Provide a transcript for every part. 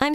I'm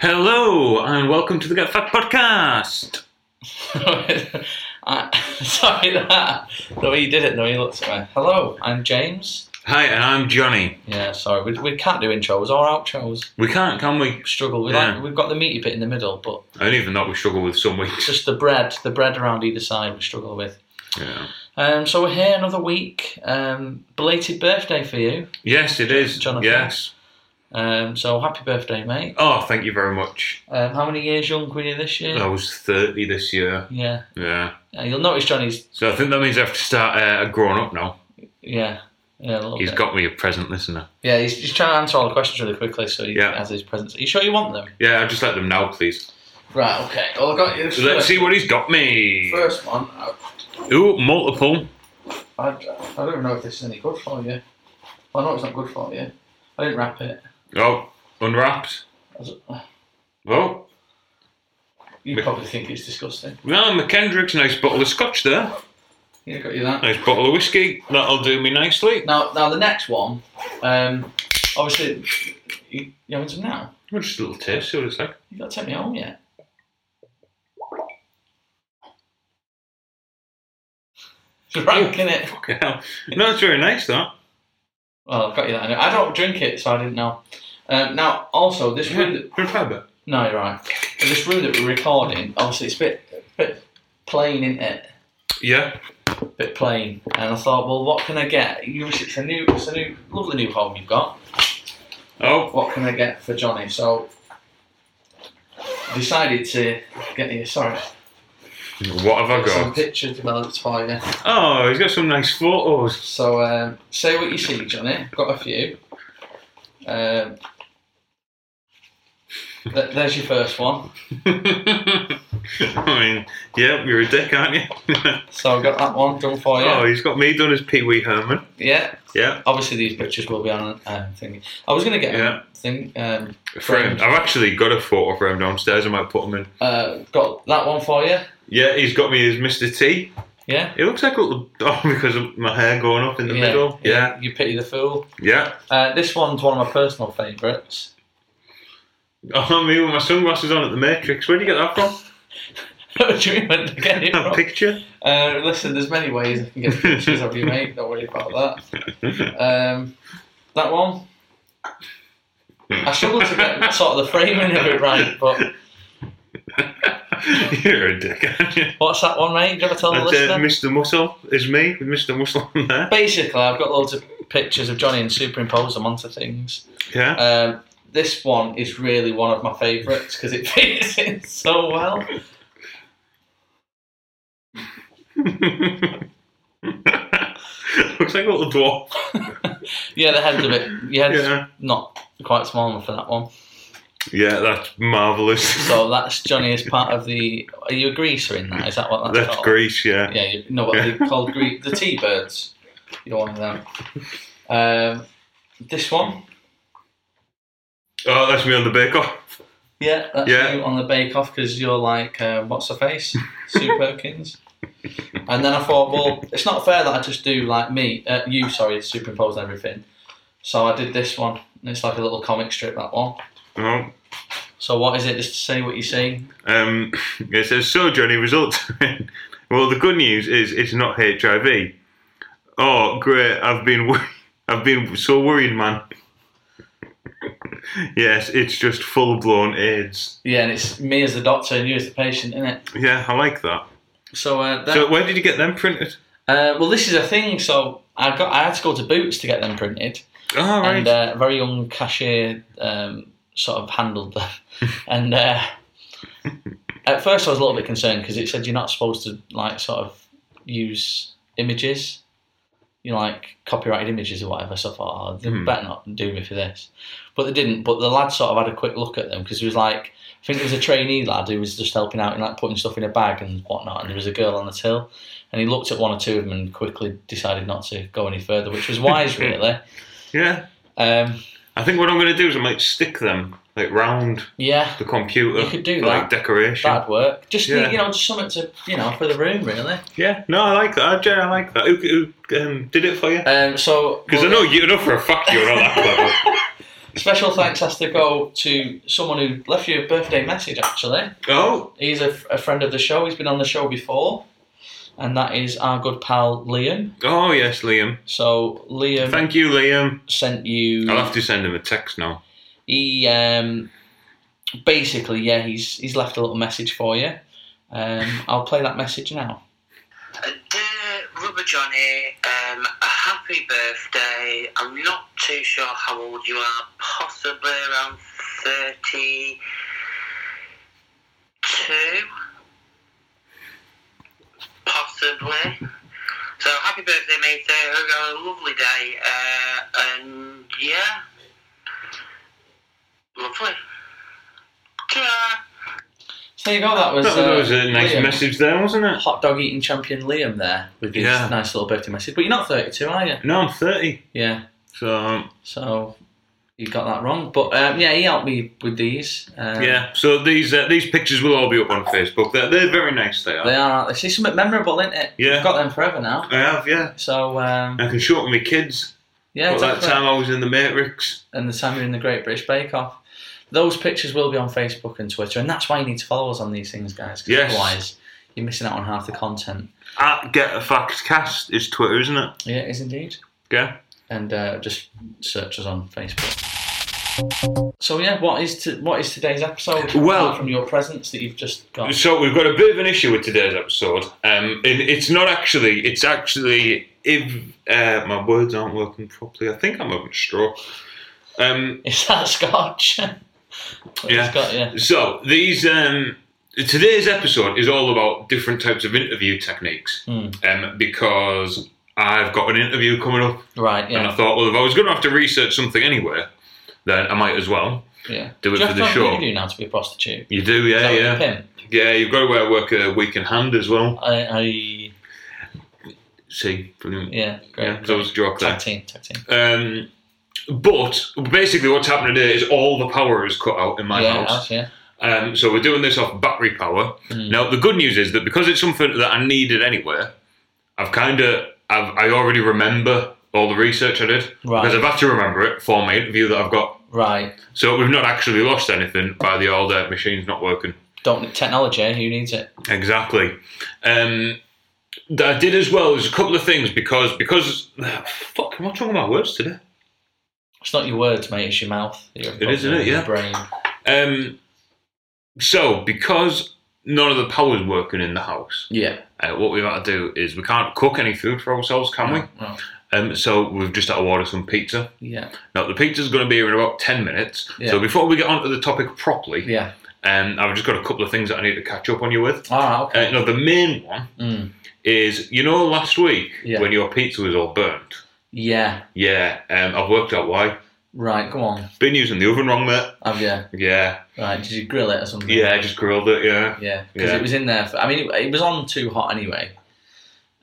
Hello and welcome to the Get Fucked podcast. I, sorry, that the way you did it, the way you looked at me. Hello, I'm James. Hi, and I'm Johnny. Yeah, sorry, we, we can't do intros or outros. We can't, can we? Struggle. We Yeah. like, we've got the meaty bit in the middle, but And even that we struggle with some it's weeks. just the bread, the bread around either side, we struggle with. Yeah. Um, so we're here another week. Um, belated birthday for you. Yes, it is. Jonathan. Yes. Um, so happy birthday, mate. Oh, thank you very much. Um, how many years young were you this year? I was 30 this year. Yeah. Yeah. Uh, you'll notice Johnny's. So I think that means I have to start uh, growing up now. Yeah. Yeah, a little He's bit. got me a present listener. Yeah, he's, he's trying to answer all the questions really quickly, so he Yeah. has his presents. Are you sure you want them? Yeah, I'll just let them know, please. Right. Okay. Well, I got you. So let's see what he's got me. First one, I, Ooh, multiple. I, I don't even know if this is any good for you. I know it's not good for you. I didn't wrap it. Oh, unwrapped. I was- Oh, You probably think it's disgusting. no, McKendrick's nice bottle of scotch there. Yeah, got you that. Nice bottle of whiskey. That'll do me nicely. Now, now the next one. Um, obviously, you, you having some now? Well, Just a little taste, see what it's like. You got to take me home yet? It's rank in it. Fucking hell. No, it's very nice, though. Well, I've got you that. I don't drink it, so I didn't know. Um, now, also, this room that Good fibre. No, you're right. In this room that we're recording, obviously it's a bit, bit plain, isn't it? Yeah. A bit plain. And I thought, well, what can I get? You, it's a new, it's a new, lovely new home you've got. Oh, What can I get for Johnny? So, decided to get you. Sorry, what have I some got? pictures developed for you. Oh, he's got some nice photos. So, um, say what you see, Johnny. Got a few. Um, th- there's your first one. I mean, yeah, you're a dick, aren't you? So, I got that one done for you. Oh, he's got me done as Pee Wee Herman. Yeah. Yeah. Obviously, these pictures will be on um, thing. I was going to get Yeah. a thing um, Framed. I've actually got a photo frame downstairs. I might put him in. Uh, got that one for you. Yeah, he's got me as Mr. T. Yeah. It looks like a little. Oh, because of my hair going up in the middle. Yeah. You pity the fool. Yeah. Uh, this one's one of my personal favourites. Oh, me with my sunglasses on at the Matrix. Where'd you get that from? What do you mean, where did I get it That from? picture? Uh, listen, there's many ways I can get pictures of you, mate. Don't worry about that. Um, that one. I struggled to get sort of the framing of it right, but You're a dick, aren't you? what's that one, mate? Do you ever tell the And, listener? uh, Mr. Muscle is me with Mr. Muscle on there. Basically, I've got loads of pictures of Johnny and superimpose them onto things. Yeah. Um, this one is really one of my favourites because it fits in so well. Uh, Looks like a little dwarf. Yeah, the head of it. Yeah, it's Yeah. not quite small enough for that one. Yeah, that's marvellous. So that's Johnny as part of the. Are you a greaser in that? Is that what that's, That's called? Greece, yeah. Yeah, you know what they're called? Gre- the T birds. You're one of them. Um, this one. Oh, that's me on the Bake Off. Yeah, that's Yeah. you on the Bake Off because you're like, uh, what's her face? Sue Perkins. and then I thought, well, it's not fair that I just do like me, uh, you, sorry, superimposed everything. So I did this one. And it's like a little comic strip, that one. Oh. So what is it? Just to say what you see. Um, it says, so Johnny, results. well, the good news is it's not HIV. Oh, great. I've been wor- I've been so worried, man. yes, it's just full-blown AIDS. Yeah, and it's me as the doctor and you as the patient, isn't it? Yeah, I like that. So, uh, that, So where did you get them printed? uh, well, this is a thing. So I got, I had to go to Boots to get them printed. Oh, right. and uh, a very young cashier um, sort of handled them. and uh, at first, I was a little bit concerned because it said you're not supposed to like sort of use images, you know, like copyrighted images or whatever. So I thought, oh, they better not do me for this. But they didn't. But the lad sort of had a quick look at them because he was like, I think it was a trainee lad who was just helping out and like putting stuff in a bag and whatnot. And there was a girl on the till. And he looked at one or two of them and quickly decided not to go any further, which was wise, really. yeah. Um, I think what I'm going to do is I might stick them like round yeah, the computer. You could do for, Like that. decoration. that'd work. Just Yeah. you know, just something to you know for the room, really. Yeah. No, I like that. Jerry, I like that. Who, who um, did it for you? Um, so Because I know you know for a fact you're on that level. special thanks has to go to someone who left you a birthday message. Actually, Oh, he's a, a friend of the show. He's been on the show before, and that is our good pal Liam. oh yes, Liam. So Liam Thank you, Liam. sent you. I'll have to send him a text now. He um, basically yeah, he's he's left a little message for you. Um, I'll play that message now. Uh, Dear Rubber Johnny, um, a happy birthday. I'm not too sure how old you are, possibly around 32. Possibly. So happy birthday, mate. Uh, hope you have a lovely day. Uh, and yeah, lovely. ta So there you go. That was, That was uh, a nice Liam. message there, wasn't it? hot dog eating champion Liam there with his Yeah. nice little birthday message. But you're not 32, are you? No, I'm 30, Yeah. so um, So you got that wrong. But um, yeah, he helped me with these. Um, yeah. So these uh, these pictures will all be up on Facebook. They're, they're very nice. They are. They are. aren't They see something memorable, isn't it? Yeah. I've got them forever now. I have, yeah. So um, I can show it to my kids. yeah, About that definitely. time I was in the Matrix. and the time you're in the Great British Bake Off. Those pictures will be on Facebook and Twitter, and that's why you need to follow us on these things, guys. 'cause Yes. Otherwise, you're missing out on half the content. At Get a Facts Cast is Twitter, isn't it? Yeah, it is indeed. Yeah. and uh, just search us on Facebook. So yeah, what is to, what is today's episode? Well- apart from your presence that you've just got. So we've got a bit of an issue with today's episode. Um, and it's not actually. It's actually if uh, my words aren't working properly. I think I'm having a stroke. Um, Is that scotch? What Yeah. he's got, yeah. so these um, today's episode is all about different types of interview techniques. Hmm. Um, because I've got an interview coming up, Right, and I yeah. thought, well, if I was going to have to research something anyway, then I might as well. yeah. do it you for have the to have an show. interview now to be a prostitute? You do, yeah, Is that yeah. what you pimp? Yeah, you've got to wear work a week in hand as well. I, I See, brilliant. yeah, great. yeah, that was a joke tag there. team, tag team. Um, but basically, what's happened today is all the power is cut out in my yeah, house. us, yeah. Um, so we're doing this off battery power. Now, the good news is that because it's something that I needed anyway, I've kind of I've, I already remember all the research I did Right. because I've had to remember it for my interview that I've got. Right. So we've not actually lost anything by the old uh, machines not working. Don't need technology, who needs it? Exactly. Um, that I did as well is a couple of things because because fuck, what's wrong with my words today? It's not your words, mate, it's your mouth. Your, It is, isn't it? your Yeah. brain. Um, so because none of the power's working in the house, Yeah. uh, what we've had to do is we can't cook any food for ourselves, can we? Well, Um, so we've just had to order some pizza. yeah. Now the pizza's going to be here in about ten minutes. Yeah. So before we get onto the topic properly, Yeah. um, I've just got a couple of things that I need to catch up on you with. All right, Ah, okay. Uh, now the main one Mm. is you know last week Yeah. when your pizza was all burnt. Yeah. Yeah, um, I've worked out why. Right, go on. Been using the oven wrong, mate. Have you? Yeah, Right, did you grill it or something? yeah, I just grilled it. Yeah, Yeah, because Yeah. it was in there. For, I mean, it, it was on too hot anyway.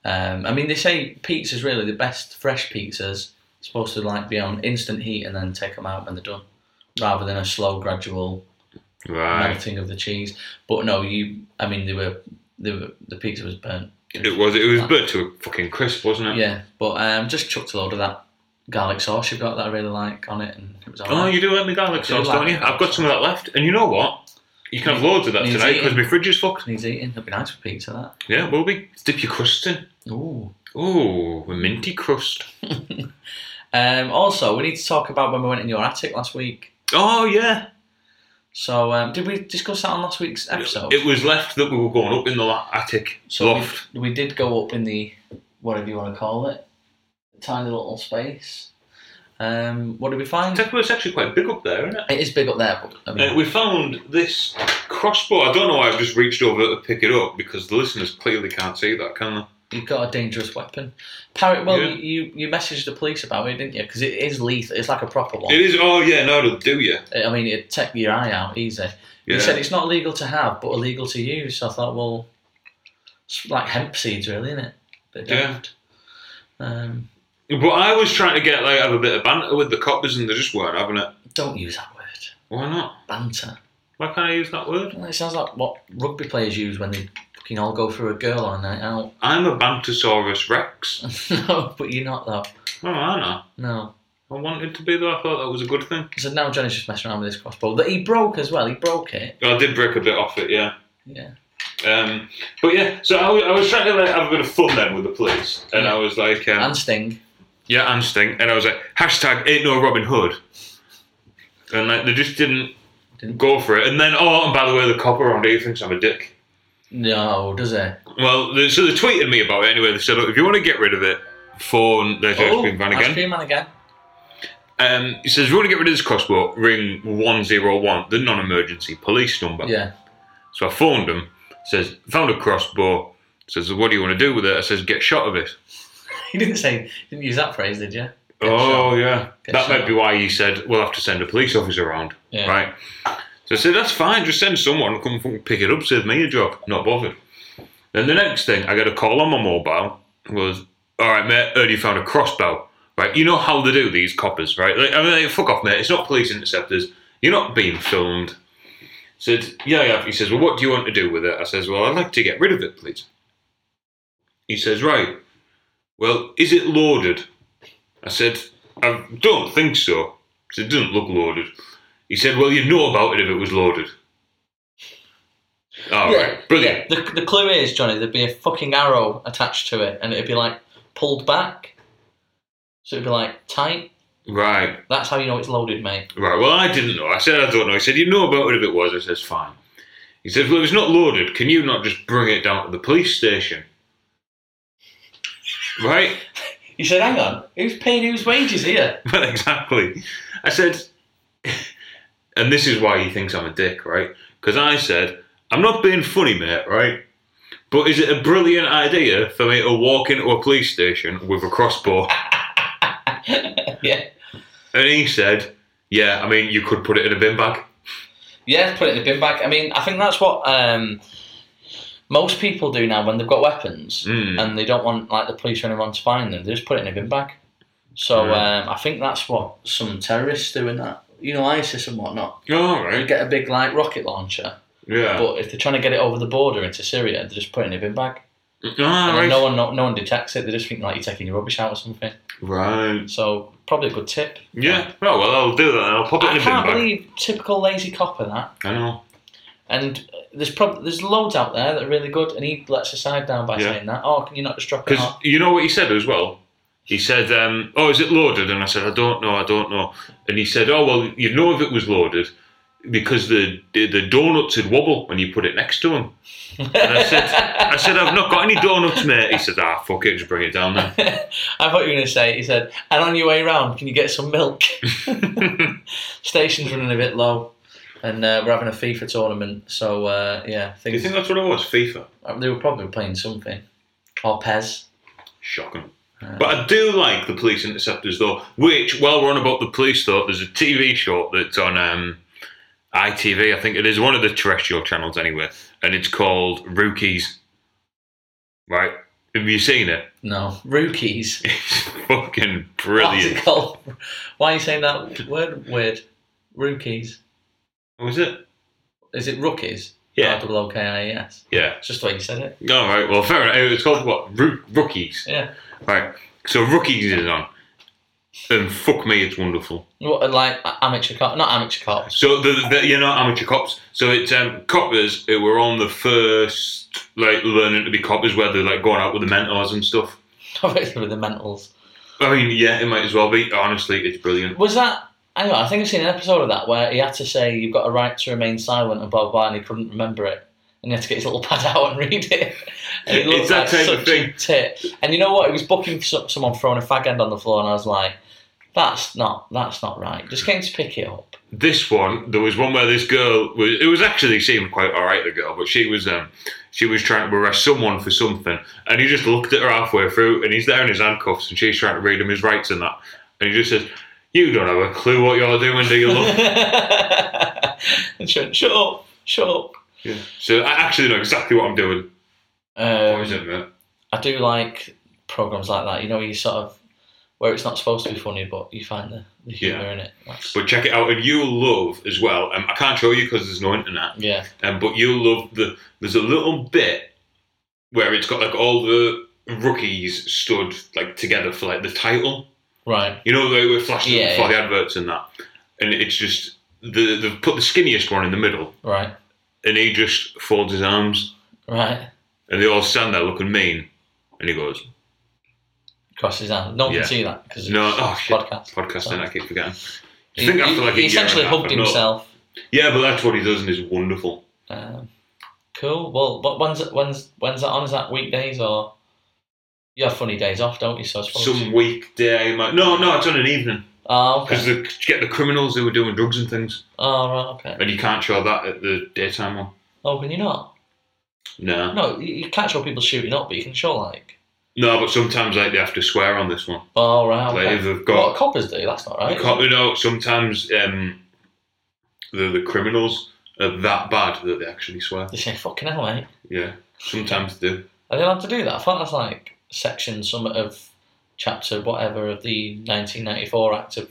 Um, I mean, they say pizzas really the best fresh pizzas supposed to like be on instant heat and then take them out when they're done, rather than a slow gradual right. melting of the cheese. But no, you. I mean, they were, they were the pizza was burnt. It was it was burnt to a fucking crisp, wasn't it? Yeah, but um, just chucked a load of that garlic sauce you have got that I really like on it, and it was Oh, alright. you do like the garlic do sauce, like don't you? it. I've got some of that left, and you know what? You can have loads of that Needs tonight because eating. my fridge is fucked. Needs eating. That'd be nice for pizza. Yeah, will be. Dip your crust in. That. Ooh. Oh, a minty crust. Um, also, we need to talk about when we went in your attic last week. Oh yeah. So, um, did we discuss that on last week's episode? It was left that we were going up in the la- attic so loft. We, we did go up in the whatever you want to call it, tiny little space. Um, what did we find? Tech World's actually quite big up there, isn't it? It is big up there, but I mean, Uh, we found this crossbar. I don't know why I've just reached over to pick it up because the listeners clearly can't see that, can they? you've got a dangerous weapon. Parrot, well, Yeah. you, you messaged the police about it, didn't you? Because it is lethal. It's like a proper one. It is. Oh yeah, no, it'll do you. I mean, it'd take your eye out easy. Yeah. You said it's not legal to have, but illegal to use. So I thought, well, it's like hemp seeds, really, isn't it? Bit Yeah. daft. Um, But I was trying to get like have a bit of banter with the coppers, and they just weren't having it. don't use that word. Why not? Banter. Why can't I use that word? Well, It sounds like what rugby players use when they fucking all go for a girl on a night out. I'm a Bantosaurus Rex. no, but you're not though. Oh, I know. No. I wanted to be there. I thought that was a good thing. So now Johnny's just messing around with this crossbow that he broke as well. He broke it. I did break a bit off it, yeah. Yeah. Um, but yeah, so I, was- I was trying to like, have a bit of fun then with the police, and I was like, um, And Sting. yeah, I'm Sting, and I was like, hashtag ain't no Robin Hood, and like they just didn't, Didn't. go for it. And then, oh, and by the way, the cop around here thinks I'm a dick. No, does it? Well, they, so they tweeted me about it anyway. They said, look, if you want to get rid of it, phone there's ice cream van Oh, Ice again. cream man again. Um, he says, if you want to get rid of this crossbow, ring one zero one, the non-emergency police number. Yeah. So I phoned him, says, found a crossbow, says, what do you want to do with it? I says, get shot of it. You didn't say, didn't use that phrase, did you? oh, yeah. Get that shot. might be why he said, we'll have to send a police officer around. Yeah. Right. So I said, that's fine, just send someone, come fucking pick it up, save me a job. Not bothered. Then the next thing, I get a call on my mobile, was, all right, mate, heard you found a crossbow. Right, you know how they do these coppers, right? Like, I mean, like, fuck off, mate, it's not police interceptors. You're not being filmed. Said, yeah, I have. He says, well, what do you want to do with it? I says, well, I'd like to get rid of it, please. He says, right, well, is it loaded? I said, I don't think so. He said, it doesn't look loaded. He said, well, you'd know about it if it was loaded. All right, brilliant. The, the clue is, Johnny, there'd be a fucking arrow attached to it and it'd be like pulled back. So it'd be like tight. Right. That's how you know it's loaded, mate. Right, well, I didn't know. I said, I don't know. He said, You know about it if it was. I says, Fine. He says, Well, if it's not loaded, can you not just bring it down to the police station? Right? You said, hang on, who's paying whose wages here? Well, exactly. I said, And this is why he thinks I'm a dick, right? Because I said, I'm not being funny, mate, right? But is it a brilliant idea for me to walk into a police station with a crossbow? yeah. And he said, Yeah, I mean, you could put it in a bin bag. Yeah, put it in the bin bag. I mean, I think that's what um, most people do now when they've got weapons Mm. and they don't want like the police or anyone to find them. They just put it in a bin bag. So um, I think that's what some terrorists do in that. You know, ISIS and whatnot. All They right. get a big like rocket launcher, Yeah. but if they're trying to get it over the border into Syria, they just put it in a bin bag. All And right. then no one, no, no one detects it. They just think like you're taking your rubbish out or something. Right. So probably a good tip. Yeah. Oh well, I'll do that. then. I'll pop it in a I bin can't bag. believe typical lazy copper that. I know. And there's prob- there's loads out there that are really good, and he lets the side down by Yeah. saying that. Oh, can you not just drop it Because off? you know what he said as well. He said, um, "Oh, is it loaded?" And I said, "I don't know. I don't know." And he said, "Oh well, you'd know if it was loaded because the the, the donuts would wobble when you put it next to them." And I said, "I said I've not got any donuts, mate." He said, "Ah, fuck it, just bring it down then." I thought you were going to say. He said, and on your way round, can you get some milk? Station's running a bit low, and uh, we're having a FIFA tournament, so uh, yeah, Do you things think that's what it was? FIFA. they were probably playing something or Pez. Shocking. But I do like the police interceptors though. Which, while we're on about the police though, there's a TV show that's on um, ITV. I think it is one of the terrestrial channels anyway, and it's called Rookies. Right? Have you seen it? No, rookies. It's fucking What's it brilliant. called? Why are you saying that word weird? Rookies. Was Oh, it? Is it rookies? Yeah. R double O K I E S. Yeah. It's just the way you said it. All right. Well, fair enough. It's called what? Roo- rookies. Yeah. Right. So Rookies is on, and fuck me, it's wonderful. What, like amateur cops? Not amateur cops. So the, the you know amateur cops. So it's um, coppers who were on the first like learning to be coppers, where they're like going out with the mentors and stuff. Obviously with the mentals. I mean, yeah, it might as well be. Honestly, it's brilliant. Was that? Hang on, I think I've seen an episode of that where he had to say you've got a right to remain silent and blah blah, blah and he couldn't remember it. And he had to get his little pad out and read it. And he looked It's that like type of such thing. A tit. And you know what? He was booking so- someone throwing a fag end on the floor, and I was like, That's not that's not right. Just came to pick it up. this one, there was one where this girl was. It was actually seemed quite all right, the girl, but she was um, she was trying to arrest someone for something, and he just looked at her halfway through, and he's there in his handcuffs, and she's trying to read him his rights and that, and he just says, "You don't have a clue what you're doing, do you?" Love? and she went, shut up, shut up. yeah. So I actually know exactly what I'm doing. Um, Poison, mate. I do like programs like that. You know, you sort of where it's not supposed to be funny, but you find the, the humor Yeah. in it. That's, But check it out, and you'll love as well. Um, I can't show you because there's no internet. yeah, Um, but you'll love the. There's a little bit where it's got like all the rookies stood like together for like the title. right. You know, they were flashing Yeah, before the adverts and that. And it's just the they've put the skinniest one in the middle, Right, and he just folds his arms, right. and they all stand there looking mean, and he goes, Cross his hand. No one Yeah. can see that because "No, it's oh shit, podcast. podcasting, I keep forgetting." He, I think after he- like a he year essentially and a half, hugged I know. himself. Yeah, but that's what he does, and it's wonderful. Um, cool. Well, what when's it- when's when's that on? Is that weekdays or you have funny days off, don't you? So I suppose. Some weekday, might, no, no, it's on an evening Oh, because okay. they get the criminals who were doing drugs and things. Oh, right, okay. And you can't show that at the daytime one. Oh, can you not? No. No, you, you can't show people shooting up, but you can show like. No, but sometimes like they have to swear on this one. Oh, right. Like, Okay. if they've got- What coppers do? That's not right. Co- You know, sometimes um, the the criminals are that bad that they actually swear. They say, "Fucking hell, mate." Yeah. Sometimes they do. Are they allowed to do that? I thought that's like section some of chapter whatever of the 1994 Act of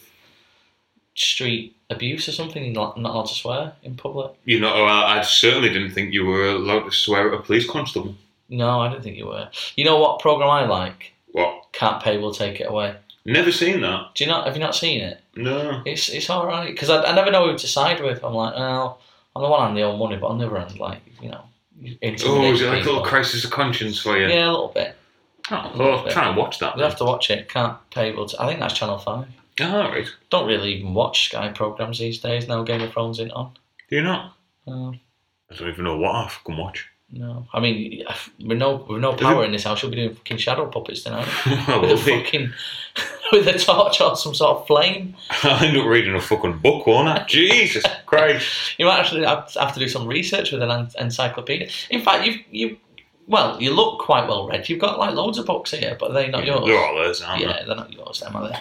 Street Abuse or something. You're not, not allowed to swear in public. You know, I, I certainly didn't think you were allowed to swear at a police constable. No, I don't think you were. You know what program I like? What? Can't pay, will take it away. Never seen that. Do you not? Have you not seen it? No. It's it's all right because I, I never know who to side with. I'm like, oh, on the one hand they own money, but on the other hand, like you know, you Oh, intimidate is it like a little people. crisis of conscience for you? Yeah, a little bit. Oh, well, I'll try and watch that. You Then. have to watch it. Can't pay, will. T- I think that's Channel Five. Ah, right. Don't really even watch Sky programs these days. Now Game of Thrones isn't on. Do you not? No, I don't even know what I can watch. no. I mean, with no with no power in this house, you'll be doing fucking shadow puppets tonight I with a will be. fucking with a torch or some sort of flame. I'll end up reading a fucking book, won't I? Jesus Christ. You might actually have have to do some research with an en- encyclopedia. In fact, you you well, you look quite well read. You've got like loads of books here, but they're not yours. They're all theirs, aren't yeah, they? they're not yours. Them are they?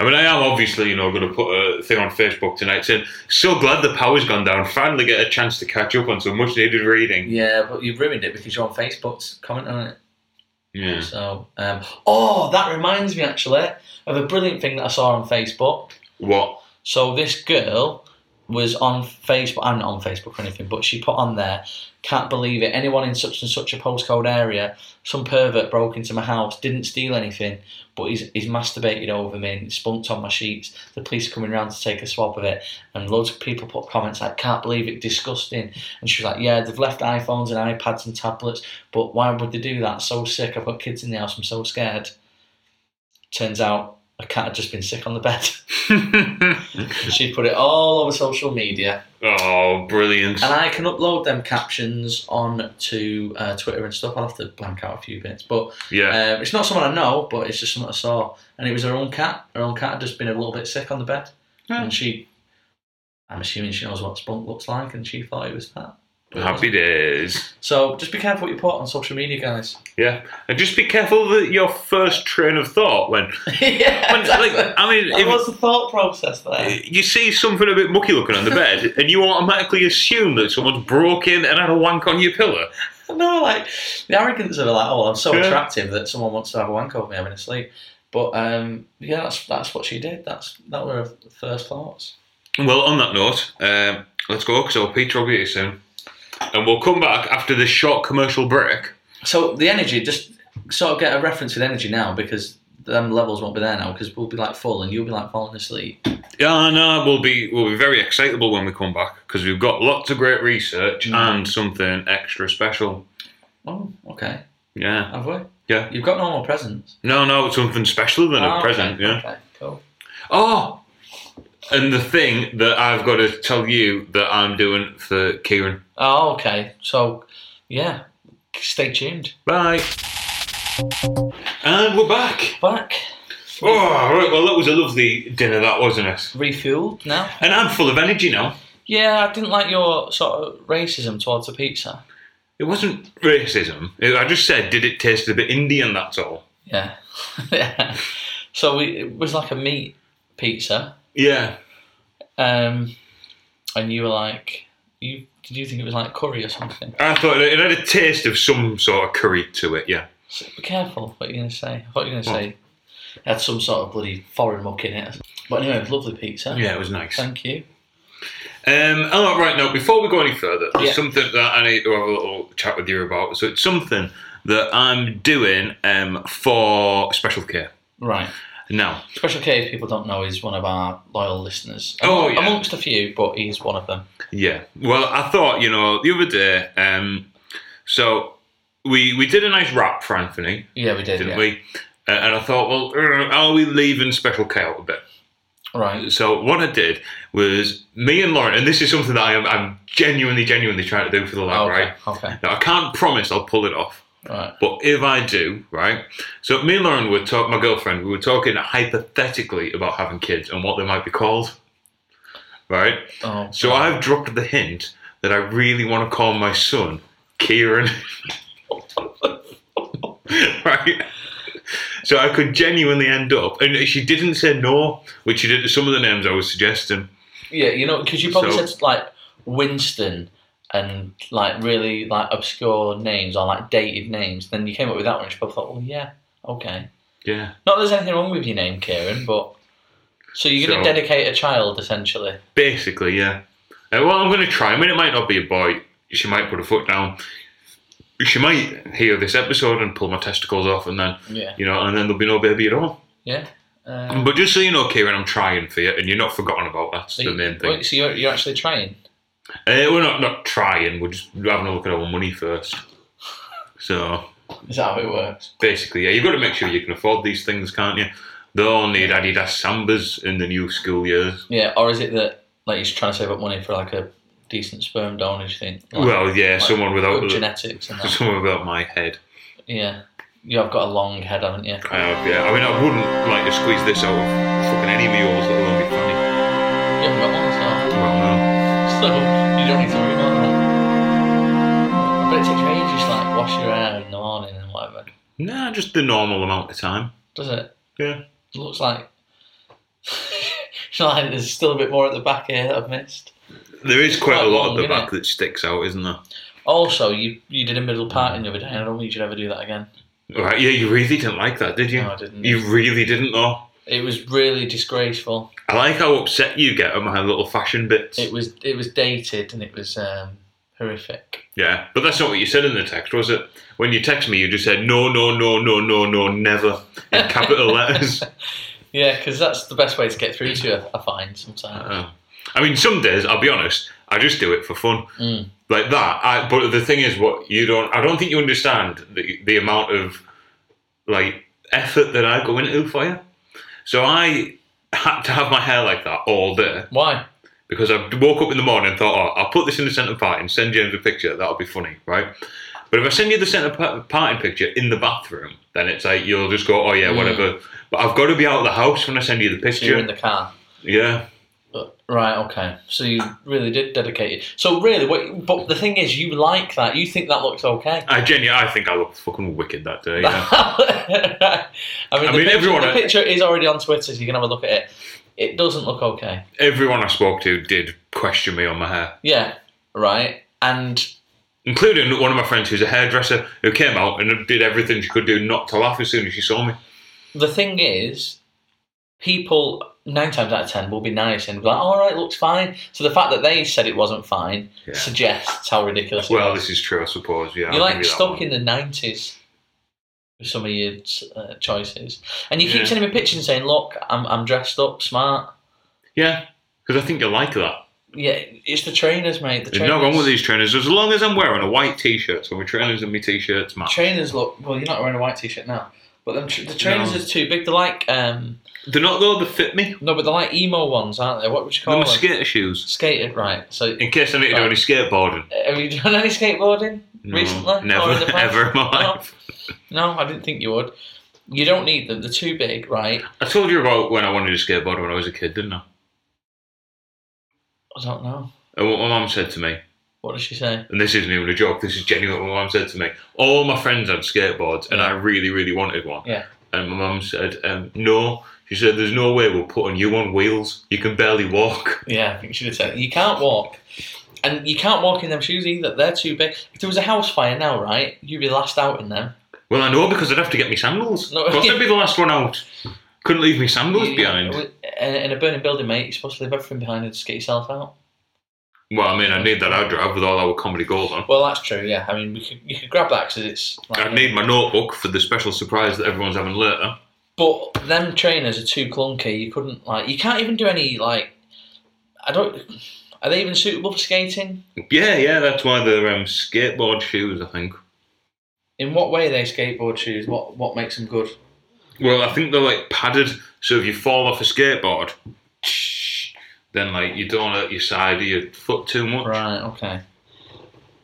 I mean, I am obviously, you know, going to put a thing on Facebook tonight saying, so glad the power's gone down. Finally get a chance to catch up on some much needed reading. Yeah, but you've ruined it because you're on Facebook commenting on it. Yeah. So, um, oh, that reminds me actually of a brilliant thing that I saw on Facebook. What? So this girl was on Facebook. I'm not on Facebook or anything, but she put on there, "Can't believe it. Anyone in such and such a postcode area, some pervert broke into my house, didn't steal anything, but he's he's masturbated over me and spunked on my sheets. The police are coming round to take a swab of it." And loads of people put comments like, "Can't believe it. Disgusting." And she was like, "Yeah, they've left iPhones and iPads and tablets, but why would they do that? So sick. I've got kids in the house. I'm so scared." Turns out. A cat had just been sick on the bed. She put it all over social media, oh, brilliant. and I can upload them captions on to uh, Twitter and stuff. I'll have to blank out a few bits, but Yeah. um, it's not someone I know, but it's just someone I saw, and it was her own cat. Her own cat had just been a little bit sick on the bed, and she, I'm assuming she knows what spunk looks like, and she thought it was that. Happy days. So just be careful what you put on social media, guys. Yeah. And just be careful that your first train of thought when, yeah, when like, I mean, That if was the thought process there. you see something a bit mucky looking on the bed and you automatically assume that someone's broke in and had a wank on your pillow. No, like the arrogance of it, like, oh, I'm so Yeah. attractive that someone wants to have a wank over me having a sleep. But um, yeah, that's that's what she did. That's that were her first thoughts. Well, on that note, um, let's go because Peter will be here soon. And we'll come back after this short commercial break. So the energy, just sort of get a reference with energy now because them levels won't be there now because we'll be like full and you'll be like falling asleep. Yeah, no, uh, we'll be we'll be very excitable when we come back because we've got lots of great research and something extra special. Oh, okay. Yeah, Have we? yeah. You've got no more presents. No, no, it's something specialer than Oh, a okay, present. Yeah. Okay. Cool. Oh, and the thing that I've got to tell you that I'm doing for Kieran. Oh, okay. So yeah, stay tuned. Bye. And we're back. Back. Oh, right. Well, that was a lovely dinner, that wasn't it? Refueled now. And I'm full of energy now. Yeah, I didn't like your sort of racism towards the pizza. It wasn't racism. It- I just said, did it taste a bit Indian? That's all. Yeah. yeah. So we, it was like a meat pizza. Yeah. Um, and you were like, you did you think it was like curry or something? I thought it it had a taste of some sort of curry to it. Yeah. So be careful what you're going to say. What you're going to say it had some sort of bloody foreign muck in it. But anyway, lovely pizza. Yeah, it was nice. Um, Thank you. all right, now before we go any further, there's Yeah. something that I need to have a little chat with you about. So it's something that I'm doing um, for special care. Right. Now, Special K, if people don't know, is one of our loyal listeners. Oh, yeah. Amongst a few, but he's one of them. Yeah. Well, I thought, you know, the other day, um, so we we did a nice rap for Anthony, Yeah, we did. didn't yeah. we? Uh, and I thought, well, uh, are we leaving Special K out a bit? Right. So what I did was me and Lauren, and this is something that I am I'm genuinely, genuinely trying to do for the lab, okay. right? Okay. Now I can't promise I'll pull it off, Right. but if I do, right? So me and Lauren were talking, my girlfriend, we were talking hypothetically about having kids and what they might be called, right? Oh. So I've dropped the hint that I really want to call my son Kieran. right? So I could genuinely end up, and she didn't say no, which she did to some of the names I was suggesting. Yeah, you know, because you probably So- said like Winston and like really like obscure names or like dated names. Then you came up with that one. And you probably thought, well, yeah, okay. Yeah. Not that there's anything wrong with your name, Kieran, but so you're going to So- dedicate a child essentially. Basically, yeah. Uh, well, I'm going to try. I mean, it might not be a boy. She might put her foot down. She might hear this episode and pull my testicles off, and then, Yeah. you know, and then there'll be no baby at all. Yeah. Uh, But just so you know, Kieran, I'm trying for you, and you're not forgotten about. That's so the you- main thing. wait, so you're, you're actually trying. Uh, we're not not trying. We're just having a look at our money first. So Is that how it works? basically, yeah, you've got to make sure you can afford these things, can't you? They'll all need Adidas Sambas in the new school years. Yeah, or is it that like he's trying to save up money for like a decent sperm donage thing? Like, Well, yeah, like, someone without good genetics and that. someone without my head. yeah, you have got a long head, haven't you? I have, yeah, I mean, I wouldn't like to squeeze this out of fucking any of yours, let alone be funny. You haven't got long, so. Well, So you don't need to worry about that. But it takes you ages to like wash your hair in the morning and whatever, no, nah, just the normal amount of time. does it? Yeah. It looks like it's like there's still a bit more at the back here that I've missed. There is quite quite a lot long, at the isn't back it? that sticks out, isn't there? Also, you you did a middle parting the other day, and I don't think you should ever do that again. Right, yeah, you really didn't like that, did you? No, I didn't. You really didn't, though. It was really disgraceful. I like how upset you get at my little fashion bits. It was it was dated and it was um, horrific. Yeah, but that's not what you said in the text, was it? When you text me, you just said no, no, no, no, no, no, never in capital letters. Yeah, because that's the best way to get through to you, I find sometimes. Oh. I mean, some days I'll be honest, I just do it for fun, like that. I, but the thing is, what you don't—I don't think you understand the the amount of like effort that I go into for you. So I had to have my hair like that all day Why? because I woke up in the morning and thought, oh, I'll put this in the centre part and send James a picture. That'll be funny, right? But if I send you the centre pa- parting picture in the bathroom, then it's like you'll just go, oh yeah, whatever. But I've got to be out of the house when I send you the Mm. So you're picture. in the car. yeah, Right. Okay. So you really did dedicate it. So really, what, but the thing is, you like that. You think that looks okay. I genuinely, I think I looked fucking wicked that day. Yeah. I mean, I mean, the picture, everyone- The picture is already on Twitter, so you can have a look at it. It doesn't look okay. Everyone I spoke to did question me on my hair, Yeah. Right. And including one of my friends who's a hairdresser who came out and did everything she could do not to laugh as soon as she saw me. the thing is, people nine times out of ten will be nice and be like, "All right, looks fine." So the fact that they said it wasn't fine Yeah. suggests how ridiculous. it Well, was. this is true, I suppose. Yeah, You're I'll like give you that stuck one. in the nineties with some of your uh, choices, and you keep Yeah. sending me pictures and saying, "Look, I'm I'm dressed up, smart." Yeah, because I think you like that. Yeah, it's the trainers, mate. The There's trainers. nothing wrong with these trainers. As long as I'm wearing a white t-shirt, so my trainers and my t-shirts match. Trainers look well. You're not wearing a white t-shirt now, but them tr- the trainers No. are too big. They're like um They're not though. They fit me. no, but they're like emo ones, aren't they? What would you They're call my them? skater shoes. Skated, right? So Oh. In case I need to do Right. any skateboarding. Oh, have you done any skateboarding No, recently? never, or in the past? ever in my No? life. No, I didn't think you would. You don't need them. They're too big, right? I told you about when I wanted a skateboard when I was a kid, didn't I? I don't know. And what my mum said to me, What does she say? and this isn't even a joke, this is genuine what my mum said to me. All my friends had skateboards and I really, really wanted one. Yeah. And my mum said, um, no. She said, there's no way we're putting you on wheels. You can barely walk. Yeah, I think she did say that. You can't walk. And you can't walk in them shoes either. They're too big. If there was a house fire now, right, you'd be last out in them. Well, I know because I'd have to get me sandals. No. No. Because I'd be the last one out. Couldn't leave me sandals You- behind. In, in a burning building, mate, you're supposed to leave everything behind and just get yourself out. Well, I mean, I need that out drive with all our comedy gold on. Well, that's true, yeah. I mean, we could, you could grab that because it's. Like, I need my notebook for the special surprise that everyone's having later. But them trainers are too clunky. You couldn't, like, you can't even do any, like, I don't. Are they even suitable for skating? Yeah, yeah, that's why they're um, skateboard shoes, I think. In what way are they skateboard shoes? What what makes them good? Well, I think they're like padded, so if you fall off a skateboard, then like you don't hurt your side or your foot too much. Right, okay.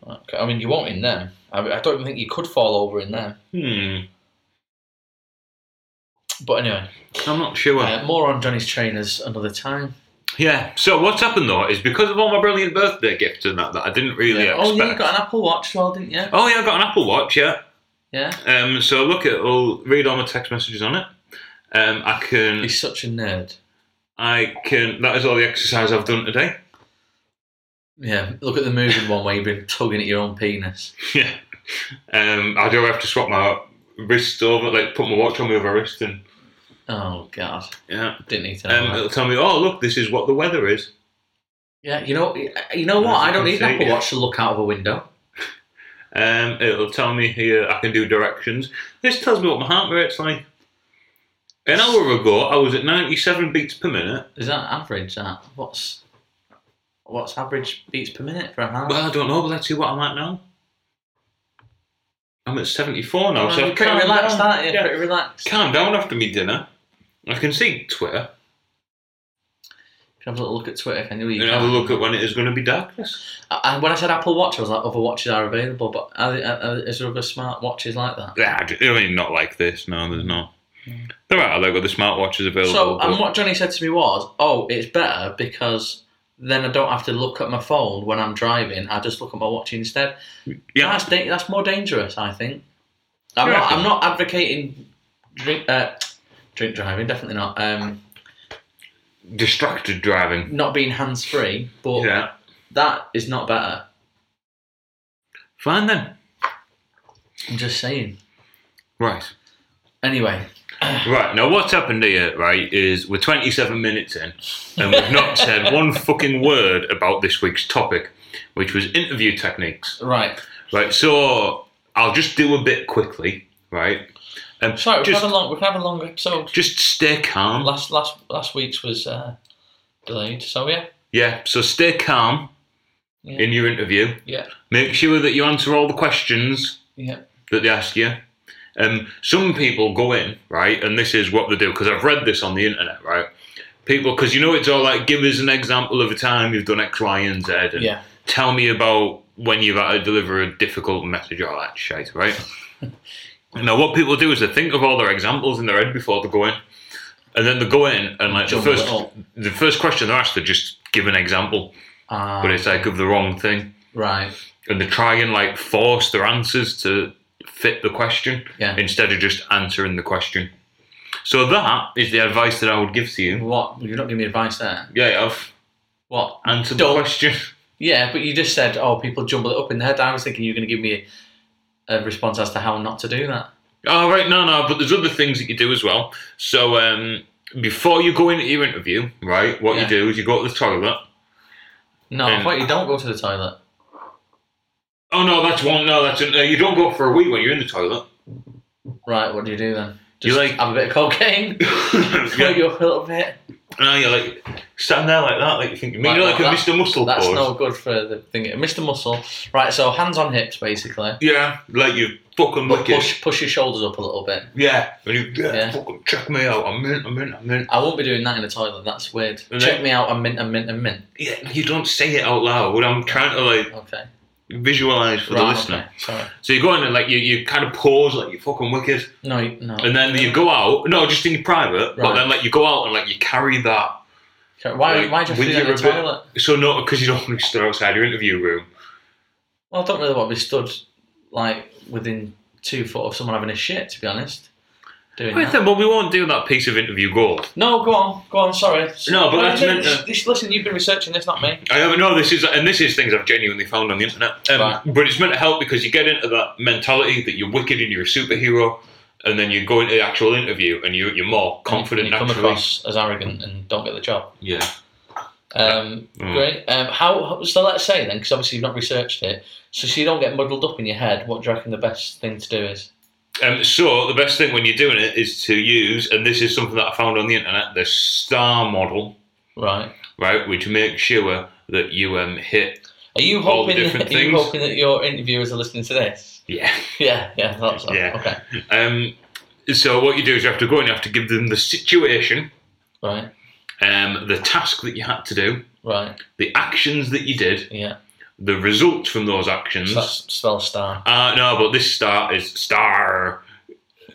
okay. I mean, you won't in them. I, I don't even think you could fall over in them. Hmm, But anyway, I'm not sure. uh, more on Johnny's trainers another time. yeah. So what's happened though is because of all my brilliant birthday gifts and that that I didn't really Yeah. Oh, expect. yeah, you got an Apple Watch as well, didn't you? Oh, yeah, I got an Apple Watch. Yeah. Yeah. Um. So look at, I'll read all my text messages on it. Um. I can. He's such a nerd. I can. That is all the exercise I've done today. Yeah, look at the moving one where you've been tugging at your own penis. Yeah. Um. I do have to swap my wrist over, like put my watch on my other wrist, and Oh, God. yeah. Didn't need to know Um, that. it'll tell me, oh, look, this is what the weather is. Yeah, you know you know what? As you I can don't need an see, Apple yeah. Watch to look out of a window. Um, it'll tell me here, I can do directions. This tells me what my heart rate's like. An hour ago, I was at 97 beats per minute. Is that average? That what's what's average beats per minute for a hand? Well, I don't know, but let's see what I'm at now. I'm at 74 now, Well, so you're I've pretty calmed relaxed, down. aren't you? Yeah. Pretty relaxed. Calm down after me dinner. I can see Twitter Can have a little look at Twitter, can you? You and can. have a look at when it is going to be darkness. I, I- when I said Apple Watch, I was like, other watches are available, but are, they- are, are, is there other smart watches like that? Yeah, I d- I mean, not like this. No, there's not. There are, they've got the smartwatches available. So, but- and what Johnny said to me was, oh, it's better because then I don't have to look at my phone when I'm driving. I just look at my watch instead. yeah. That's da- that's more dangerous, I think. I'm You not, reckon? I'm not advocating drink uh, drink driving. Definitely not. Um, distracted driving. not being hands free, but Yeah. that is not better. Fine then. I'm just saying. Right. Anyway, Right. Now, what's happened here, right, is we're 27 minutes in and we've not said one fucking word about this week's topic, which was interview techniques. right. Right. So I'll just do a bit quickly, right? Um, Sorry, we can just, have a long we can have a long episode. just stay calm. Last last last week's was uh, delayed, so yeah, yeah. So stay calm Yeah. in your interview. yeah, Make sure that you answer all the questions. yeah. that they ask you. Um, some people go in, right, and this is what they do, because I've read this on the internet, right? People, because you know it's all like, give us an example of a time you've done X, Y, and Z, and Yeah. tell me about when you've had to deliver a difficult message, all that shit, right? now, what people do is they think of all their examples in their head before they go in, and then they go in, and like the Jumble it first, up. the first question they're asked, they just give an example, Ah, but it's like of the wrong thing right. and they try and like force their answers to fit the question Yeah. instead of just answering the question. So that is the advice that I would give to you. What you're not giving me advice there. Yeah, I've What? answered Don't. the question. Yeah, but you just said, oh, people jumble it up in their head. I was thinking you were going to give me a response as to how not to do that. All Oh, right, no, no, but there's other things that you do as well. So um, before you go into your interview, right, what Yeah. you do is you go to the toilet. No, I Um, thought you don't go to the toilet. Oh no, that's one. No, that's an, uh, you don't go for a wee when you're in the toilet. Right, what do you do then? You Just like- have a bit of cocaine, Yeah. float you up a little bit. No, you're like standing there like that, like you think Right, you're like well, a that- Mr. Muscle That's pose. no good for the thing. Mr. Muscle. Right, so hands on hips basically. Yeah, like you fucking But wicked. push push your shoulders up a little bit. Yeah. And you, yeah, Yeah. fucking check me out. I'm in, I'm in, I'm in. I won't be doing that in the toilet. That's weird. And Check then- me out. I'm mint. I'm mint. I'm mint. Yeah, you don't say it out loud. I'm trying to like Okay. visualize for the Right, listener. okay, Sorry. So you go in and like you, you kind of pose like you're fucking wicked, No, you- no. and then you go out. No, just in private, but Right. then like you go out and like you carry that. Okay, Why, like, why do with you have to do that in your the bit- toilet? So no, because you don't want to be stood outside your interview room. Well, I don't really want to be stood like within two foot of someone having a shit. To be honest, doing Right that. then, well, we won't do that piece of interview gold. No, go on, go on. Sorry. No, but Well, that's you- meant to- this- Listen, you've been researching this, not me. I haven't. No, this is and this is things I've genuinely found on the internet. Um, Right. But it's meant to help because you get into that mentality that you're wicked and you're a superhero, and then you go into the actual interview and you, you're more confident. You come naturally. across as arrogant and don't get the job. Yeah. Um, Mm. Great. Um, how so? Let's say then, because obviously you've not researched it, so, so you don't get muddled up in your head. What do you reckon the best thing to do is? Um, so the best thing when you're doing it is to use, and this is something that I found on the internet, the star model, Right. right, which makes sure that you um hit. Are you All hoping? different Are you things. hoping that your interviewers are listening to this? Yeah. Yeah. Yeah. That's Yeah. Okay. Um, so what you do is you have to go and you have to give them the situation, Right. um, the task that you had to do, Right. the actions that you did, Yeah. the results from those actions. So that's spell star. Uh, no, but this star is star.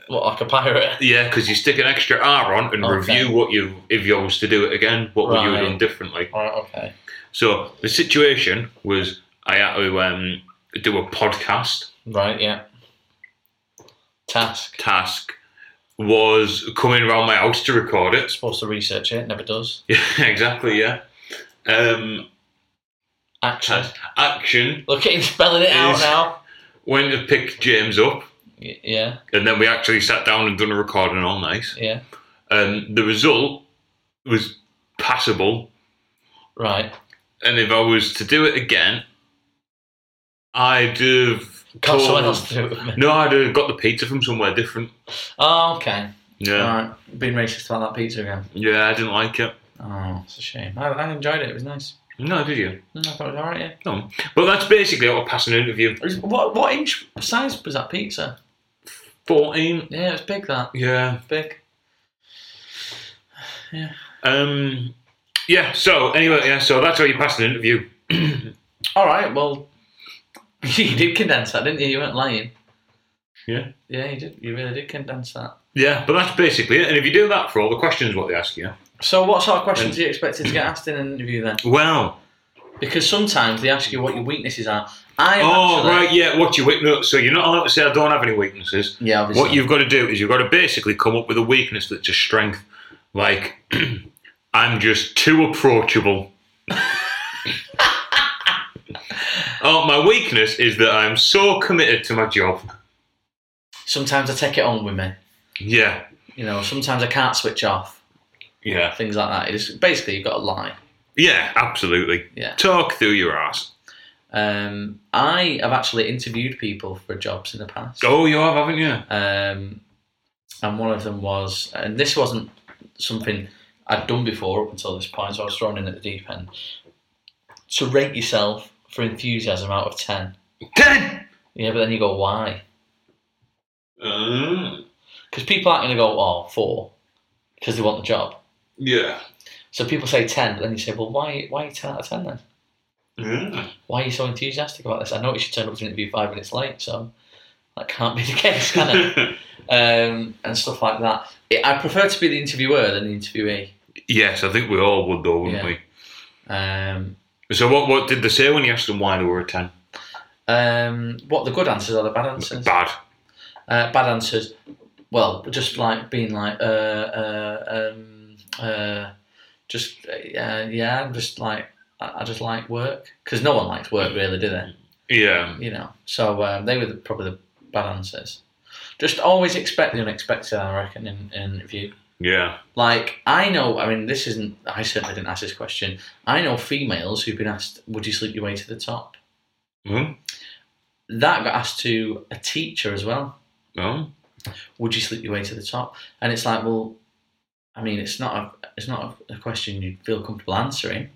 What like a pirate? Yeah, because you stick an extra R on and Okay. review what you if you was to do it again, what would you have Right. done differently? Right. Okay. So the situation was I had to um, do a podcast Right. Yeah. Task. task was coming around my house to record it. Supposed to research it. Never does. Yeah, exactly. Yeah. Um, Action. task- action Look at him spelling it out Is- now. went to pick James up, Y- Yeah. and then we actually sat down and done a recording all nice. Yeah. Um, the result was passable, Right. and if I was to do it again, I'd have. Got someone told- else to do it with me. No, I'd have got the pizza from somewhere different. Oh, okay. Yeah, Right. Being racist about that pizza again. yeah, I didn't like it. Oh, it's a shame. I, I enjoyed it. It was nice. No, did you? Mm, I thought it was alright. Yeah. No. But that's basically how I pass an interview. It was- What what inch size was that pizza? 14. Yeah, it was big. That Yeah. big. Um, yeah, so anyway, yeah, so that's how you pass an interview. All right. Well, you did condense that, didn't you? You weren't lying. Yeah. Yeah, you did. You really did condense that. Yeah, but that's basically it. And if you do that for all the questions, what they ask you. So, what sort of questions are you expected to get asked in an interview then? Well, Because sometimes they ask you what your weaknesses are. I oh, actually, right, yeah, what you weakness. So you're not allowed to say, I don't have any weaknesses. Yeah, obviously. What you've got to do is you've got to basically come up with a weakness that's a strength. Like, I'm just too approachable. oh, my weakness is that I'm so committed to my job. Sometimes I take it on with me. Yeah, You know, sometimes I can't switch off. yeah. Things like that. It's basically you've got to lie. Yeah, absolutely. Yeah. Talk through your ass. Um, I have actually interviewed people for jobs in the past. Oh, you have, haven't you? Um, and one of them was, and this wasn't something I'd done before up until this point, so I was thrown in at the deep end. To rate yourself for enthusiasm out of 10. Ten. Yeah, but then you go, why? Mm, Because people aren't going to go, oh, four, because they want the job. yeah. So people say 10, but then you say, well, why, why are you 10 out of 10 then? Mm. Why are you so enthusiastic about this? I noticed you turned up to an interview five minutes late, so that can't be the case, can it? um, and stuff like that. I prefer to be the interviewer than the interviewee. yes, I think we all would though, wouldn't Yeah. Um, we? So what? What did they say when you asked them why they were a ten? um, what the good answers are the bad answers? Bad. Uh, bad answers. Well, just like being like, uh, uh, um, uh, just uh, yeah, I'm just like I I just like work because no one likes work really, do they? Yeah. You know. So um, they were the, probably the bad answers. Just always expect the unexpected, I reckon, in, in an interview. Yeah. Like I know, I mean, this isn't. I certainly didn't ask this question. I know females who've been asked, "Would you sleep your way to the top?" Mm. That got asked to a teacher as well. No. Would you sleep your way to the top? And it's like, well, I mean, it's not a, it's not a, a question you'd feel comfortable answering.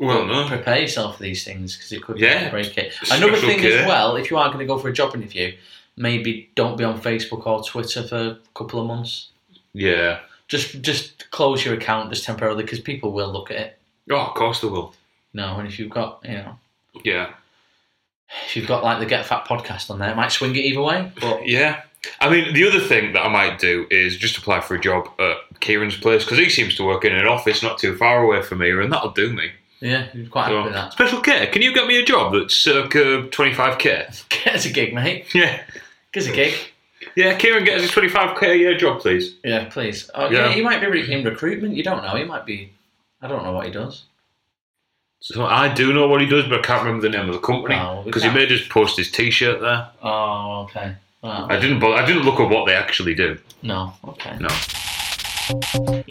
Well, no. Prepare yourself for these things because it could Yeah. break it. It's Another special thing care. as well, if you are going to go for a job interview, maybe don't be on Facebook or Twitter for a couple of months. Yeah. Just just close your account just temporarily because people will look at it. Oh, of course they will. No, and if you've got you know. Yeah. if you've got like the Get Fat podcast on there, it might swing it either way. But Yeah. I mean, the other thing that I might do is just apply for a job at Kieran's place because he seems to work in an office not too far away from here, and that'll do me. yeah, you're quite happy So, with that. Special care, can you get me a job that's circa 25k? Get us a gig, mate. Yeah. Get us a gig. Yeah, Kieran, get us a 25k a year job, please. Yeah, please. Oh, Yeah. yeah. he might be re- in recruitment. You don't know. He might be. I don't know what he does. So I do know what he does, but I can't remember the name of the company Oh, we because he can't. made us post his T-shirt there. Oh, okay. Wow. I didn't, bo- I didn't look up what they actually do. no, okay. No.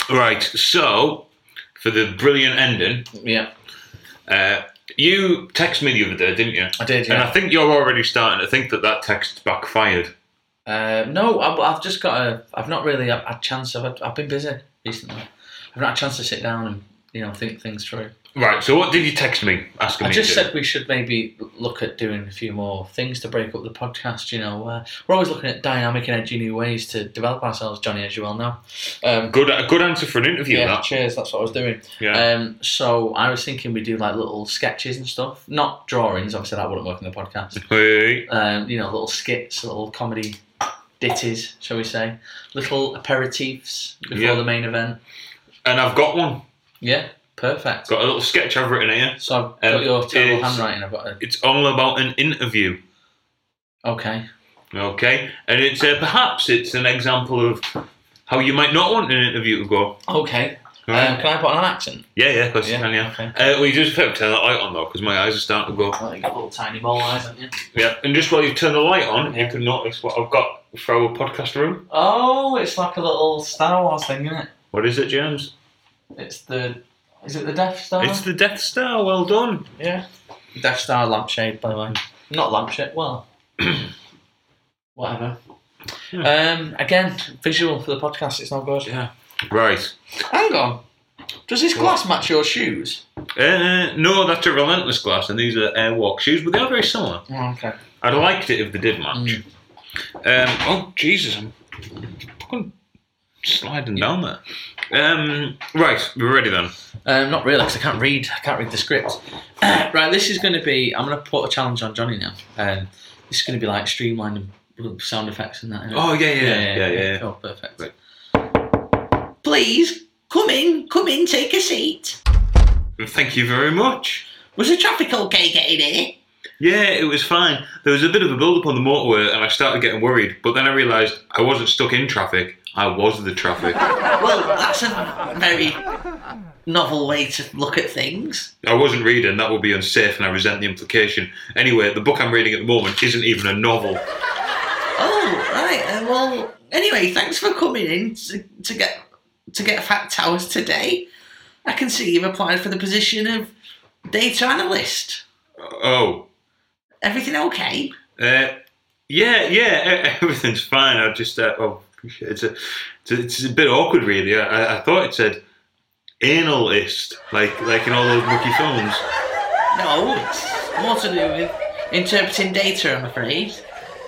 Right. So for the brilliant ending, Yeah, Uh, you texted me the other day, didn't you? I did. And Yeah. I think you're already starting to think that that text backfired. Uh, no, I, I've just got a. I've not really had a chance. I've, had, I've been busy recently. I've not had a chance to sit down and you know think things through. Right, so what did you text me asking I me just to do? said we should maybe look at doing a few more things to break up the podcast. You know, uh, we're always looking at dynamic and edgy new ways to develop ourselves, Johnny, as you well know. Um, Good, a good answer for an interview, yeah, that. cheers. That's what I was doing. Yeah. Um, so I was thinking we do like little sketches and stuff, not drawings. Obviously, that wouldn't work in the podcast. Hey. Um, you know, little skits, little comedy ditties, shall we say? Little aperitifs before Yeah. the main event. And I've got one. Yeah, perfect. Got a little sketch I've written here. so I've got your terrible it's- handwriting. I've got a, It's all about an interview, okay. okay? And it's uh, perhaps it's an example of how you might not want an interview to go. Okay. Um, Right. can I put on an accent? Yeah, yeah, of course Yeah, you can, yeah. okay. Uh, we just have to turn that light on, though, because my eyes are starting to go. Well, Oh, you got little tiny mole eyes, haven't you? Yeah, and just while you turn the light on, you can notice what I've got for our podcast room. Oh, it's like a little Star Wars thing, isn't it? What is it, James? It's the. Is it the Death Star? It's the Death Star. Well done. Yeah. Death Star lampshade, by the way. Not lampshade, well. whatever. Um, again, visual for the podcast, it's not good. Yeah. Right. Hang on. Does this glass match your shoes? Uh, no, that's a relentless glass, and these are airwalk shoes, but they are very similar. Oh, okay. I'd have liked it if they did match. Um, oh Jesus, I'm fucking sliding down there. Um, right, we're ready then. Um, not really, because I can't read. I can't read the script. right, this is going to be. I'm going to put a challenge on Johnny now. Um, this is going to be like streamlined and sound effects and that. innit? Oh, yeah, yeah, yeah, yeah, yeah. Oh, perfect. Right. Please come in, come in, take a seat. Thank you very much. Was the traffic okay getting here? Yeah, it was fine. There was a bit of a build up on the motorway, and I started getting worried. But then I realised I wasn't stuck in traffic. I was the traffic. Well, that's a very novel way to look at things. I wasn't reading, that would be unsafe, and I resent the implication. Anyway, the book I'm reading at the moment isn't even a novel. Oh, right. uh, well, anyway, thanks for coming in to, to get to get Fat Towers today. I can see you've applied for the position of data analyst. Oh, Everything okay? uh, yeah, yeah, e- everything's fine. I just, uh, oh, shit, it's a, it's a, it's a bit awkward, really. I, I- I thought it said analist, like, like in all those Mickey films. No, it's more to do with interpreting data, I'm afraid.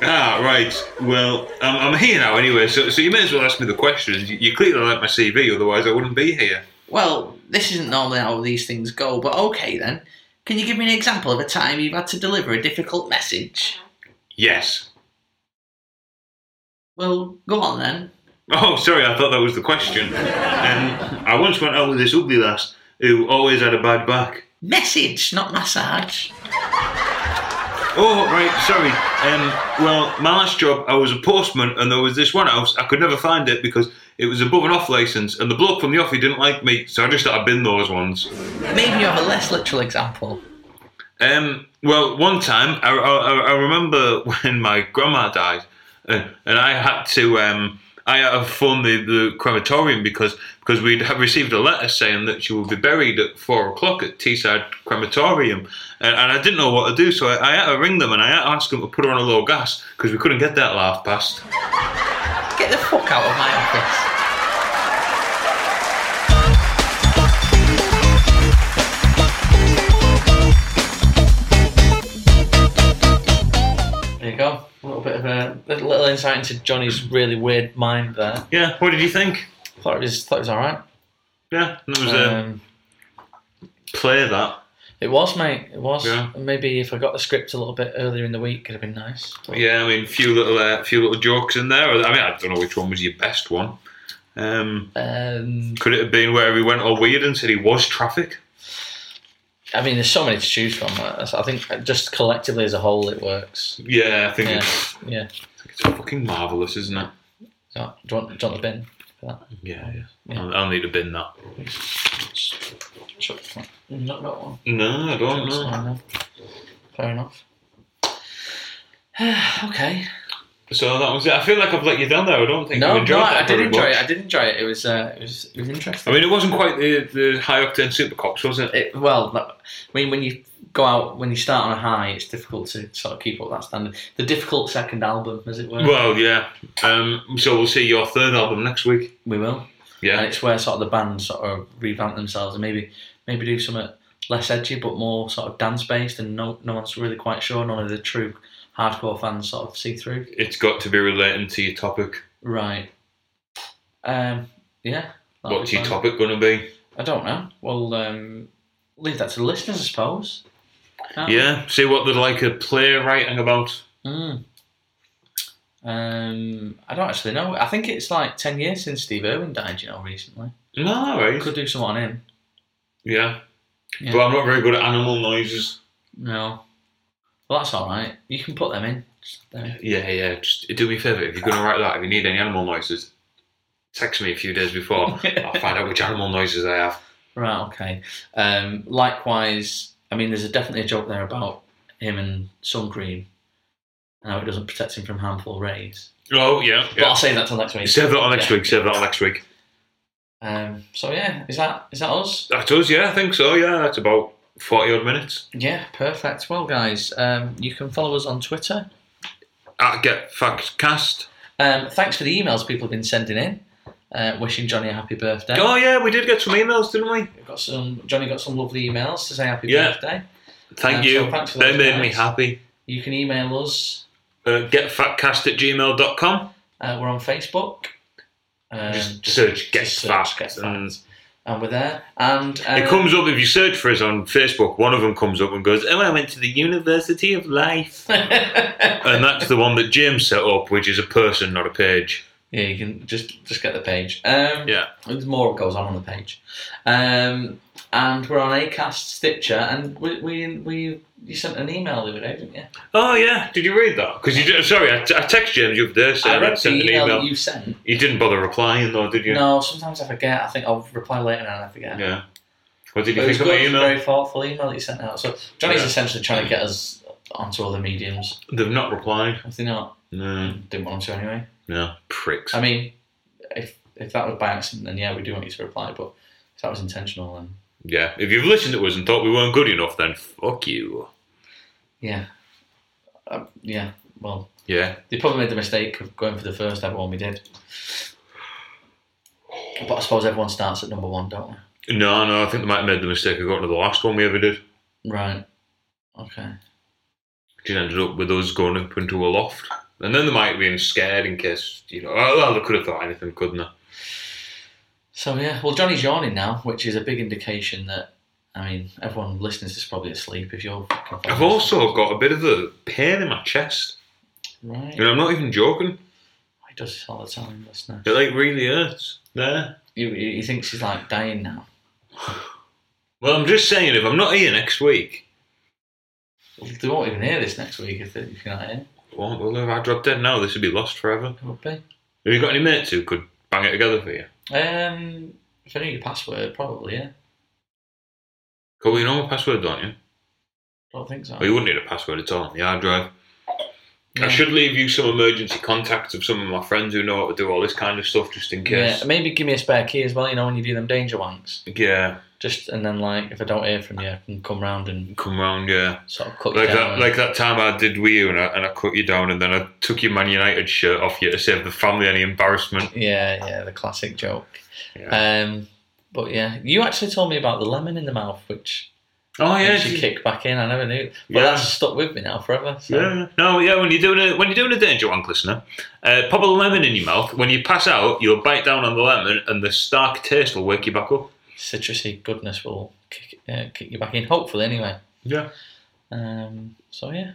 Ah, right. Well, I'm, I'm here now anyway, so, so you may as well ask me the questions. You, you clearly like my CV, otherwise I wouldn't be here. Well, this isn't normally how these things go, but okay then. Can you give me an example of a time you've had to deliver a difficult message? Yes. Well, go on then. Oh, sorry, I thought that was the question. Um, I once went out with this ugly lass who always had a bad back. Message, not massage. Oh, right, sorry. Um, well, my last job, I was a postman, and there was this one house. I could never find it because it was above and off license, and the bloke from the offie didn't like me, so I just thought I'd bin those ones. Maybe you have a less literal example. Um, well, one time, I, I, I- I remember when my grandma died, uh, and I had to um, I had to phone the, the crematorium because because we'd have received a letter saying that she would be buried at four o'clock at Teesside Crematorium, and, and I didn't know what to do, so I, I had to ring them and I had to ask them to put her on a low gas because we couldn't get that till half past. Get the fuck out of my office. There you go. A little bit of a a little insight into Johnny's really weird mind there. Yeah, what did you think? Thought it was thought it was all right. Yeah, that was a Um, play that. It was, mate. It was. Yeah. And Maybe if I got the script a little bit earlier in the week, it'd have been nice. But Yeah, I mean, few little, uh, few little jokes in there. I mean, I don't know which one was your best one. Um, Um, could it have been where he went all weird and said he was traffic? I mean, there's so many to choose from. I I think just collectively as a whole, it works. Yeah, I think Yeah, It's, yeah. it's fucking marvelous, isn't it? So, do, you want, do you want the bin for that? Yeah, yeah. Yeah. I'll, I'll need a bin that. Sure. Mm, You've not got one. No, I don't That's know. fine then. Fair enough. okay. So that was it. I feel like I've let you down there. I don't think you No, enjoyed no, that I did very enjoy much. it. I did enjoy it. It was, uh, it was, it was interesting. I mean, it wasn't quite the, the high octane supercops, was it? it, well, that- I mean, when you go out, when you start on a high, it's difficult to sort of keep up that standard. The difficult second album, as it were. Well, yeah. Um, so we'll see your third album next week. we will. Yeah. And it's where sort of the band sort of revamp themselves and maybe maybe do something less edgy but more sort of dance based and no no one's really quite sure. None of the true hardcore fans sort of see through. it's got to be relating to your topic. Right. Um. Yeah. that'll What's be your fine. topic going to be? I don't know. Well, um, leave that to the listeners, I suppose. Can't we? Yeah, see what they'd like a play writing about. Mm. Um, I don't actually know. I think it's like ten years since Steve Irwin died. You know, recently. No, all We right. could do some on him. Yeah. Yeah. But I'm not very good at animal noises. No. Well, that's all right. You can put them in. Just uh, them in. Yeah, yeah. Just do me a favour. If you're going to write that, if you need any animal noises, text me a few days before. I'll find out which animal noises I have. Right. Okay. Um, likewise, I mean, there's a, definitely a joke there about him and Sun Green, and how it doesn't protect him from harmful rays. Oh, yeah. But yeah. I'll save that till next week. Save that on next Yeah. week. Save that on next week. Um, so yeah, is that is that us? That does, yeah, I think so. Yeah, that's about 40 odd minutes. Yeah, perfect. Well, guys, um, you can follow us on Twitter. At Get Fact Cast. Um, thanks for the emails people have been sending in, uh, wishing Johnny a happy birthday. Oh, yeah, we did get some emails, didn't we? We've Got some Johnny got some lovely emails to say happy Yeah. birthday. Thank Um, you. so thanks for they those made me guys. happy. You can email us. Uh, getfactcast at gmail.com. Uh, we're on Facebook. Um, Just search Get just search Fact. Get Fact. and and we're there. And um, it comes up, if you search for us on Facebook, one of them comes up and goes, Oh, I went to the University of Life. and that's the one that James set up, which is a person, not a page. yeah, you can just just get the page. Um, Yeah. There's more goes on on the page. Um, and we're on Acast, Stitcher, and we, we we you sent an email the other day, didn't you? Oh, yeah. Did you read that? Because you did, Sorry, I, I texted James the other day I saying I'd read the sent an email, email. that you sent. You didn't bother replying, though, did you? No, sometimes I forget. I think I'll reply later and I forget. Yeah. What did But you it was think of good. my It was a email? very thoughtful email that you sent out. So Johnny's Yeah. essentially trying to get us onto other mediums. They've not replied. If they're not, No, didn't want them to anyway. no, pricks. I mean, if if that was by accident, then yeah, we do want you to reply. But if that was intentional, then yeah, if you've listened to us and thought we weren't good enough, then fuck you. yeah, uh, yeah. Well, Yeah. they probably made the mistake of going for the first ever one we did. But I suppose everyone starts at number one, don't No, no, I think they might have made the mistake of going to the last one we ever did, they? Right. Okay. which ended up with us going up into a loft. And then they might have been scared in case, you know, oh, well, they could have thought anything, couldn't they? So yeah, well, Johnny's yawning now, which is a big indication that I mean, everyone listening to this is probably asleep. If you're, fucking I've also got a bit of a pain in my chest. right. And I'm not even joking. He does this all the time, listener. It, like, really hurts. There. He, he he thinks he's like dying now. Well, I'm just saying, if I'm not here next week, They won't even hear this next week if they- if you're not here. well, well, if I drop dead now, this would be lost forever. It would be. Have you got any mates who could bang it together for you? Um, if I knew your password, probably yeah. Cool, you know my password, don't you? Don't think so. Well, you wouldn't need a password at all. Yeah, I drive. Yeah. I should leave you some emergency contacts of some of my friends who know how to do all this kind of stuff just in Yeah, case. maybe give me a spare key as well. You know, when you do them danger wanks, Yeah, just and then like if I don't hear from you, I can come round and come round, yeah. sort of cut you Like down. that, like that time I did with you, and I, and I cut you down, and then I took your Man United shirt off you to save the family any embarrassment. yeah, yeah, the classic joke. Yeah. Um, but yeah, you actually told me about the lemon in the mouth, which oh yeah, makes you did- kick back in. I never knew, but Yeah. that's stuck with me now forever. So. Yeah, yeah. no, yeah. When you're doing a when you're doing a danger wank, listener, uh, pop a lemon in your mouth. When you pass out, you'll bite down on the lemon, and the stark taste will wake you back up. citrusy goodness will kick uh, kick you back in. Hopefully, anyway. Yeah. Um, so yeah,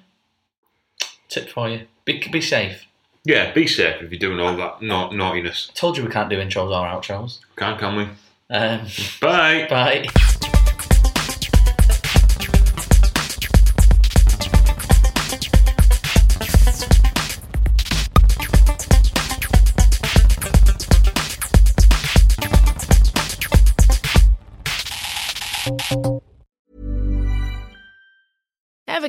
tip for you: be be safe. Yeah, be safe if you're doing all that na- naughtiness. Told you we can't do intros or outros. Can, can we? Um, Bye. bye. Ever